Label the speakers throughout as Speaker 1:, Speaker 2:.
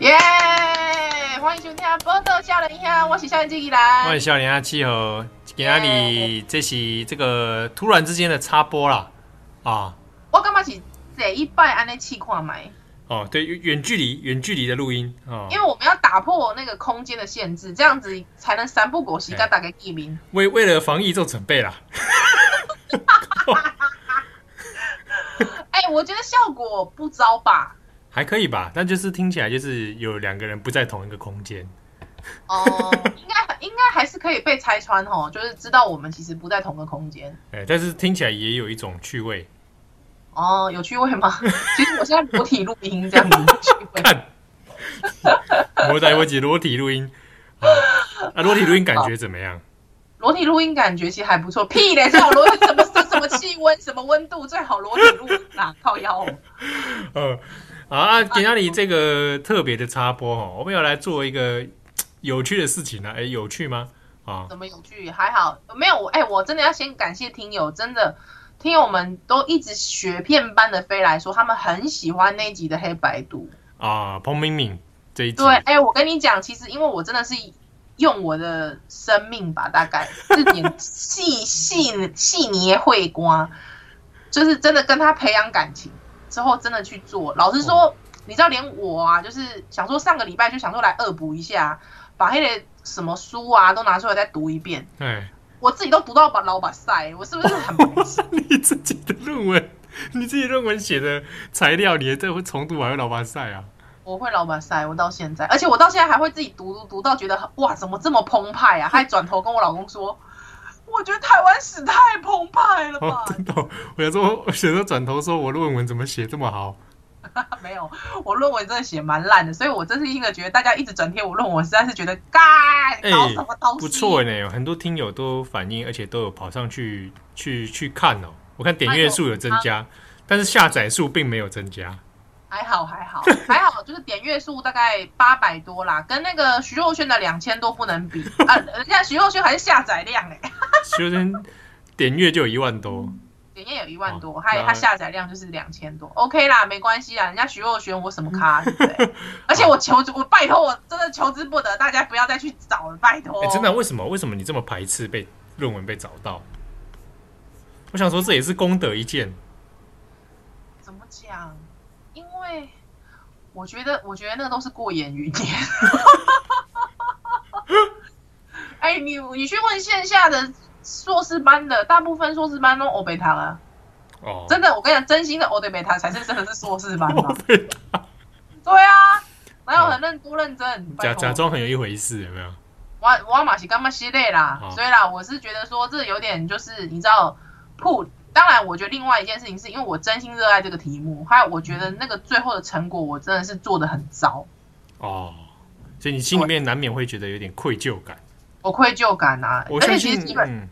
Speaker 1: 耶！欢迎收听《波特少年兄》，我是少年纪依兰。
Speaker 2: 我是笑脸啊，七和今
Speaker 1: 哎
Speaker 2: 天你这是这个突然之间的插播啦，啊，
Speaker 1: 我感觉是这一拜安尼试看麦，
Speaker 2: 哦，对，远远距离远距离的录音哦
Speaker 1: 因，为我们要打破那个空间的限制，这样子才能三不果时甲大家见面。
Speaker 2: 为为了防疫做准备啦，嗯
Speaker 1: 哎、我觉得效果不糟吧？
Speaker 2: 还可以吧，但就是听起来就是有两个人不在同一个空间，
Speaker 1: 哦、 应该应该还是可以被拆穿哦，就是知道我们其实不在同个空间。
Speaker 2: 哎，但是听起来也有一种趣味，
Speaker 1: 哦、有趣味吗？ 其实我现在裸体录音这样子，趣味。
Speaker 2: 看， 我来我姐裸体录音啊，啊，裸体录音感觉怎么样？
Speaker 1: 裸体录音感觉其实还不错。屁嘞，最好裸体什么什么气温、什么温度，最好裸体录音啦，靠腰哦。
Speaker 2: 呃， 好啊，给到你这个特别的插播哦，我们要来做一个有趣的事情呢、啊。哎，有趣吗？啊，
Speaker 1: 怎么有趣？还好没有我，哎、我真的要先感谢听友，真的听友们都一直雪片般的飞来说，他们很喜欢那一集的黑白读。
Speaker 2: 啊，彭敏敏这一集，
Speaker 1: 对，哎、我跟你讲，其实因为我真的是用我的生命吧，大概这点细细细捏会瓜，就是真的跟他培养感情之后，真的去做。老实说，你知道，连我啊，就是想说上个礼拜就想说来恶补一下，把那些什么书啊都拿出来再读一遍。
Speaker 2: 哎，
Speaker 1: 我自己都读到把老把塞，我是不是很 白痴？
Speaker 2: 你自己的论文，你自己论文写的材料，你还在会重读还会老巴塞啊？
Speaker 1: 我会老把塞，我到现在，而且我到现在还会自己读读读到觉得哇，怎么这么澎湃啊？还转头跟我老公说，我觉得台湾史太澎湃了
Speaker 2: 哦
Speaker 1: 吧，？
Speaker 2: 真的哦、我想说，我想说转头说我论文怎么写这么好？
Speaker 1: 没有，我论文真的写蛮烂的，所以我真是一个觉得大家一直转贴我论文，实在是觉得干
Speaker 2: 哎
Speaker 1: 搞什么东西？
Speaker 2: 不错欸呢，有很多听友都反映，而且都有跑上去去去看哦。我看点阅数有增加，但是下载数并没有增加。
Speaker 1: 还好还好 还好，就是点阅数大概八百多啦，跟那个徐若瑄的两千多不能比啊，人家徐若瑄还是下载量哎、
Speaker 2: 学生点阅就有一万多，
Speaker 1: 点阅有一万多，
Speaker 2: 哦
Speaker 1: 还
Speaker 2: 那
Speaker 1: 它下载量就是两千多，OK 啦，没关系啦，人家徐若瑄我什么咖，对不 对？而且我求之，我拜托，我真的求之不得，大家不要再去找了，拜托。
Speaker 2: 哎、真的、为什么？为什么你这么排斥被论文被找到？我想说这也是功德一件
Speaker 1: 怎么讲？因为我觉得，我觉得那个都是过眼云烟。 哎、你你去问线下的硕士班的，大部分硕士班都欧北堂啊，
Speaker 2: 哦。
Speaker 1: 真的，我跟你讲，真心的欧北堂才是真的是硕士班
Speaker 2: 我
Speaker 1: 嘛。
Speaker 2: 被
Speaker 1: 对啊，哪有很认多认真？
Speaker 2: 假
Speaker 1: 拜托
Speaker 2: 假装很有一回事，有没有？
Speaker 1: 我我嘛是干嘛系列啦，
Speaker 2: 好
Speaker 1: 所以啦，我是觉得说这有点就是你知道铺。当然，我觉得另外一件事情是因为我真心热爱这个题目，还有我觉得那个最后的成果我真的是做的很糟，
Speaker 2: 哦，所以你心里面难免会觉得有点愧疚感。
Speaker 1: 我愧疚感啊。
Speaker 2: 我
Speaker 1: 而
Speaker 2: 相
Speaker 1: 且其实
Speaker 2: 信，
Speaker 1: 基本、
Speaker 2: 嗯，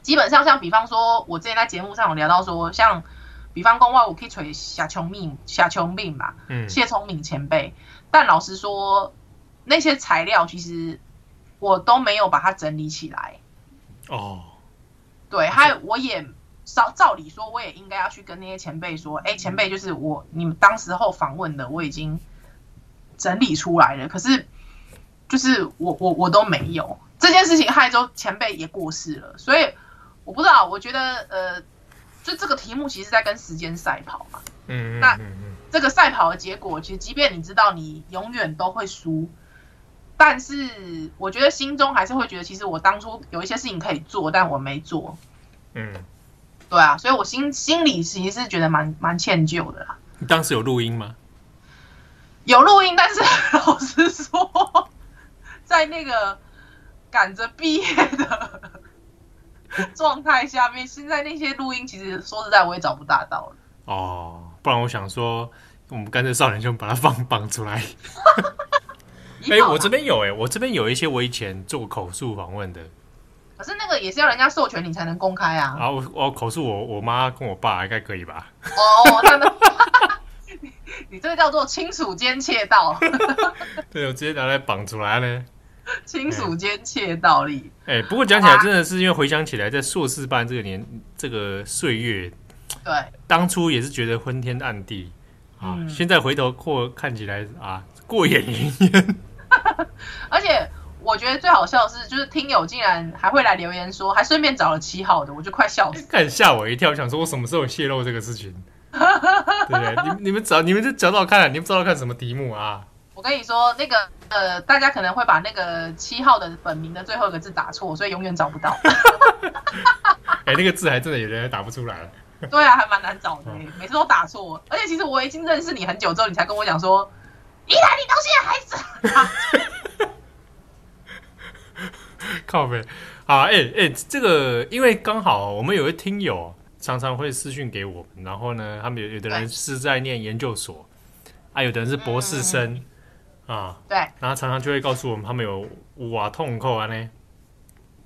Speaker 1: 基本上像比方说，我之前在节目上有聊到说，像比方公话我可以锤夏琼命夏琼命嘛，
Speaker 2: 嗯，
Speaker 1: 谢聪明前辈，但老实说，那些材料其实我都没有把它整理起来。
Speaker 2: 哦，
Speaker 1: 对，还有我也照照理说，我也应该要去跟那些前辈说，哎，前辈，就是我你们当时候访问的，我已经整理出来了，可是就是我我我都没有这件事情，害周前辈也过世了，所以我不知道，我觉得呃，就这个题目其实在跟时间赛跑嘛，
Speaker 2: 嗯嗯
Speaker 1: 那
Speaker 2: 嗯嗯，
Speaker 1: 这个赛跑的结果，其实即便你知道你永远都会输，但是我觉得心中还是会觉得，其实我当初有一些事情可以做，但我没做。
Speaker 2: 嗯，
Speaker 1: 对啊，所以我心心里其实是觉得蛮蛮歉疚的啦。
Speaker 2: 你当时有录音吗？
Speaker 1: 有录音，但是 老实说，在那个赶着毕业的 状态下面，现在那些录音其实说实在我也找不大到了。
Speaker 2: 哦，不然我想说，我们干脆少年兄把它放榜出来。哎、
Speaker 1: 一套啦
Speaker 2: 我这边有哎、我这边有一些我以前做口述访问的，
Speaker 1: 可是那个也是要人家授权你才能公开啊。
Speaker 2: 然后我哦我口述我我妈跟我爸应该可以吧？
Speaker 1: 哦，那那。你这个叫做亲属间窃盗，
Speaker 2: 对，我直接拿来绑出来呢。
Speaker 1: 亲属间窃盗力。
Speaker 2: 哎、不过讲起来真的是因为回想起来，在硕士班这个年这个岁月，
Speaker 1: 对，
Speaker 2: 当初也是觉得昏天暗地啊，
Speaker 1: 嗯
Speaker 2: 现在回头过看起来啊，过眼云烟。
Speaker 1: 而且我觉得最好笑的是，就是听友竟然还会来留言说，还顺便找了七号的，我就快笑死。
Speaker 2: 看吓我一跳，想说我什么时候泄露这个事 情？对不对？你们你们找你们就找找看，你们找找看什么题目啊？
Speaker 1: 我跟你说，那个呃，大家可能会把那个七号的本名的最后一个字打错，所以永远找不到。
Speaker 2: 哎、那个字还真的有人打不出来了。
Speaker 1: 对啊，还蛮难找的，每次都打错。而且其实我已经认识你很久之后，你才跟我讲说，依兰你东西的孩子。
Speaker 2: 靠背啊，哎、哎、这个因为刚好我们有位听友常常会私讯给我们，然后呢，他们有有的人
Speaker 1: 对嗯
Speaker 2: 是在念研究所，啊，有的人是博士生、啊，
Speaker 1: 对，
Speaker 2: 然后常常就会告诉我们他们有哇痛扣啊呢。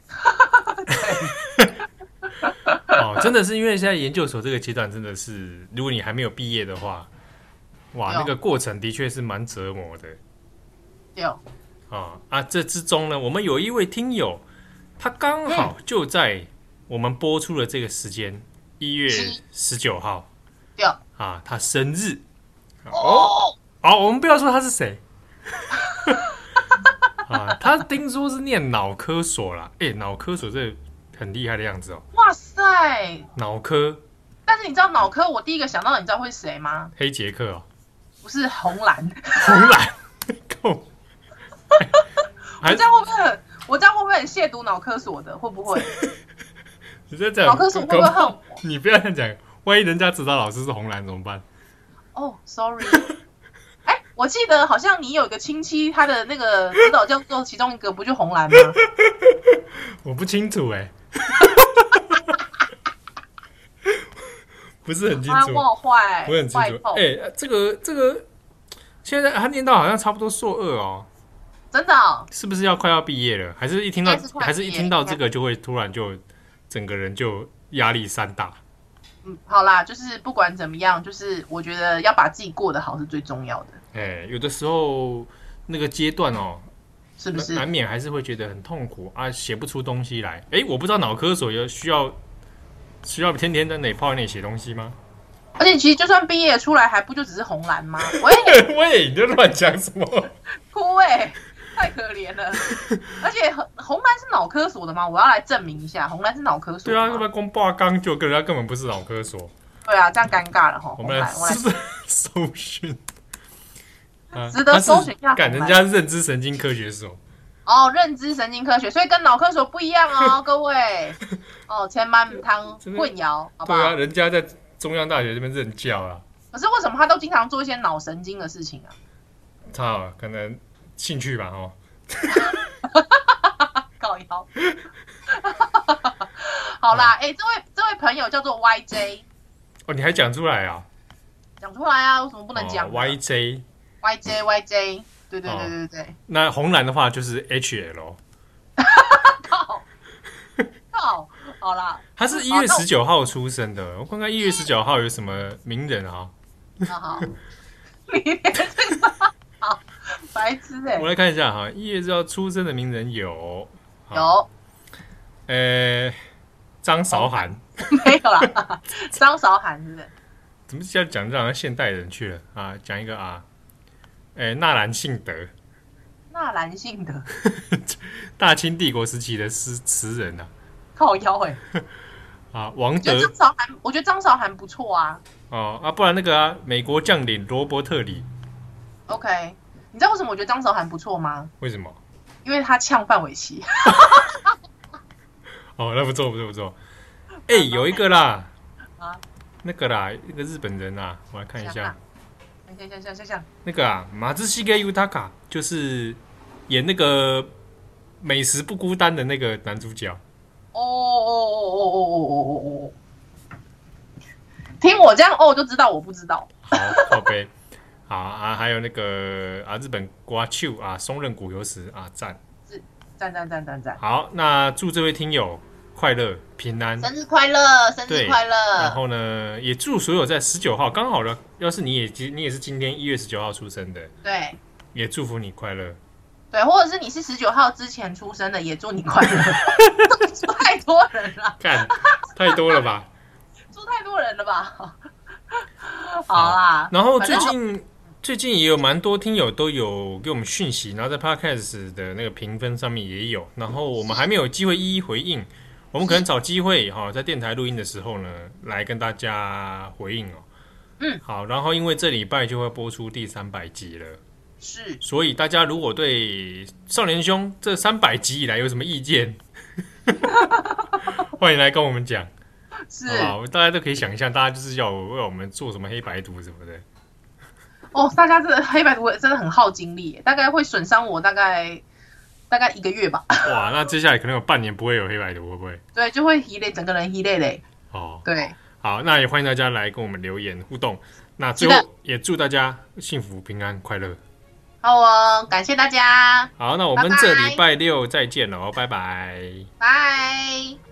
Speaker 2: 哦，真的是因为现在研究所这个阶段真的是，如果你还没有毕业的话，哇，
Speaker 1: 有
Speaker 2: 那个过程的确是蛮折磨的。
Speaker 1: 有
Speaker 2: 啊啊！这之中呢，我们有一位听友，他刚
Speaker 1: 嗯
Speaker 2: 好就在我们播出的这个时间，一月
Speaker 1: 是
Speaker 2: 十九号
Speaker 1: 有
Speaker 2: 啊，他生日。
Speaker 1: 哦，
Speaker 2: 好，我们不要说他是谁啊，他听说是念脑科所啦。哎、脑科所这很厉害的样子哦，
Speaker 1: 哇塞！
Speaker 2: 脑科
Speaker 1: 但是你知道脑科，我第一个想到的你知道会是谁吗？
Speaker 2: 黑杰克哦，
Speaker 1: 不是红蓝，
Speaker 2: 红蓝够。还
Speaker 1: 我这样会不会很？我这样会不会很亵渎脑科所的？会不会？
Speaker 2: 你在讲
Speaker 1: 脑科所会不会恨我？
Speaker 2: 你不要这样讲，万一人家指导老师是红蓝怎么办？
Speaker 1: 哦，sorry、s o r r y 哎，我记得好像你有一个亲戚，他的那个指导教授其中一个不就红蓝吗？
Speaker 2: 我不清楚哎、 不是很清
Speaker 1: 啊，
Speaker 2: 楚，
Speaker 1: 我好坏，
Speaker 2: 不是很清
Speaker 1: 坏
Speaker 2: 楚。
Speaker 1: 透
Speaker 2: 哎、这个这个，现在他念到好像差不多硕二哦，
Speaker 1: 真的哦、
Speaker 2: 是不是要快要毕业了？还是一听到
Speaker 1: 应该是快毕业
Speaker 2: 还是一听到这个就会突然就整个人就压力山大？
Speaker 1: 嗯，好啦，就是不管怎么样，就是我觉得要把自己过得好是最重要的，
Speaker 2: 哎、有的时候那个阶段哦，
Speaker 1: 是不
Speaker 2: 难
Speaker 1: 是？
Speaker 2: 免还是会觉得很痛苦啊，写不出东西来。哎、我不知道脑科所有需要需要天天在那里泡在那里写东西吗？
Speaker 1: 而且其实就算毕业出来，还不就只是红蓝吗？喂，
Speaker 2: 喂，你在乱讲什么？
Speaker 1: 哭哎、太可怜 了。而且红红蓝是脑科所的吗？我要来证明一下，红蓝是脑科所
Speaker 2: 对
Speaker 1: 的
Speaker 2: 啊，
Speaker 1: 吗。
Speaker 2: 要不然光挂钢就跟人家根本不是脑科所。
Speaker 1: 对啊，这样尴尬了哈。
Speaker 2: 我
Speaker 1: 红
Speaker 2: 们来
Speaker 1: 蓝，我来
Speaker 2: 搜搜寻，啊
Speaker 1: 值得搜寻一下
Speaker 2: 他是赶
Speaker 1: 红
Speaker 2: 人
Speaker 1: 蓝
Speaker 2: 家认知神经科学所，
Speaker 1: 哦，认知神经科学，所以跟脑科所不一样 哦，各位。哦，千万不汤
Speaker 2: 真的
Speaker 1: 混淆，好不
Speaker 2: 对
Speaker 1: 好？
Speaker 2: 啊，人家在中央大学这边任教啊，
Speaker 1: 可是为什么他都经常做一些脑神经的事情 啊？
Speaker 2: 操，啊可能兴趣吧哦。
Speaker 1: 搞 腰。好
Speaker 2: 嗯
Speaker 1: 啦，哎、这位这位朋友叫做 YJ，
Speaker 2: 哦，你还讲出来啊？
Speaker 1: 讲出来啊，为什么不
Speaker 2: 不
Speaker 1: 能讲、
Speaker 2: 哦 Y J，
Speaker 1: YJ YJ，对对对对对对，
Speaker 2: 那红蓝的话就是 H L，
Speaker 1: 靠靠，好啦，
Speaker 2: 他是一
Speaker 1: 哦
Speaker 2: 月
Speaker 1: 那我
Speaker 2: 十九号出生的，我看看一月十九号有什么名人啊？
Speaker 1: 那好，你连这个好白痴哎、
Speaker 2: 我来看一下哈，一月十九号出生的名人有，好
Speaker 1: 有
Speaker 2: 呃，张韶涵。
Speaker 1: 没有啦？ 张韶涵是不是？
Speaker 2: 怎么现在讲这好像现代人去了啊？讲一个啊，哎、纳兰性德，
Speaker 1: 纳兰性德
Speaker 2: 大清帝国时期的诗词人啊，
Speaker 1: 靠腰哎、
Speaker 2: 啊，王
Speaker 1: 我觉得
Speaker 2: 德
Speaker 1: 张韶涵，我觉得张韶涵不错啊。
Speaker 2: 哦啊，不然那个啊，美国将领罗伯特里，
Speaker 1: OK，你知道为什么我觉得张韶涵不错吗？
Speaker 2: 为什么？
Speaker 1: 因为她呛范玮琪。
Speaker 2: 哦，那不错不错不错，哎、有一个啦，
Speaker 1: 啊
Speaker 2: 那个啦，那个日本人啊，我来看一
Speaker 1: 想
Speaker 2: 下
Speaker 1: 啊，像像像像像，
Speaker 2: 那个啊，马自西给尤塔卡就是演那个美食不孤单的那个男主角，
Speaker 1: 哦哦哦哦哦哦哦哦哦！听我这样哦，就知道我不知道。
Speaker 2: 好，靠背。好啊，还有那个啊，日本瓜丘啊，松任谷由实啊，赞。
Speaker 1: 赞赞赞赞赞！
Speaker 2: 好，那祝这位听友快乐平安。
Speaker 1: 生日快乐，生
Speaker 2: 对
Speaker 1: 日快
Speaker 2: 然
Speaker 1: 乐！
Speaker 2: 后呢，也祝所有在十九号刚好了，要是你也今你也是今天一月十九号出生的，
Speaker 1: 对
Speaker 2: 也祝福你快乐。
Speaker 1: 对，或者是你是十九号之前出生的，也祝你快乐。 祝太多人了，
Speaker 2: 干，太多了吧？
Speaker 1: 祝太多人了吧？好啦，
Speaker 2: 然后
Speaker 1: 反
Speaker 2: 最
Speaker 1: 正
Speaker 2: 近最近也有蛮多听友都有给我们讯息，然后在 Podcast 的那个评分上面也有，然后我们还没有机会一一回应，我们可能找机会哈、在电台录音的时候呢，来跟大家回应哦。
Speaker 1: 嗯，
Speaker 2: 好，然后因为这礼拜就会播出第三百集了，
Speaker 1: 是
Speaker 2: 所以大家如果对少年兄这三百集以来有什么 意见，欢迎来跟我们讲，
Speaker 1: 是
Speaker 2: 好不好？大家都可以想象，大家就是要为我们做什么黑白图什么的。
Speaker 1: 哦，大家真的黑白图真的很耗精力耶，大概会损伤我大概大概一个月吧。
Speaker 2: 哇，那接下来可能有半年不会有黑白图，会不会？
Speaker 1: 对，就会疲累，整个人疲累嘞。
Speaker 2: 哦，
Speaker 1: 对，
Speaker 2: 好，那也欢迎大家来跟我们留言互动。那最
Speaker 1: 是
Speaker 2: 后也祝大家幸福、平安、快乐。
Speaker 1: 好哦，感谢大家，
Speaker 2: 好，那我们
Speaker 1: 拜拜
Speaker 2: 这礼拜六再见喽，拜拜
Speaker 1: 拜。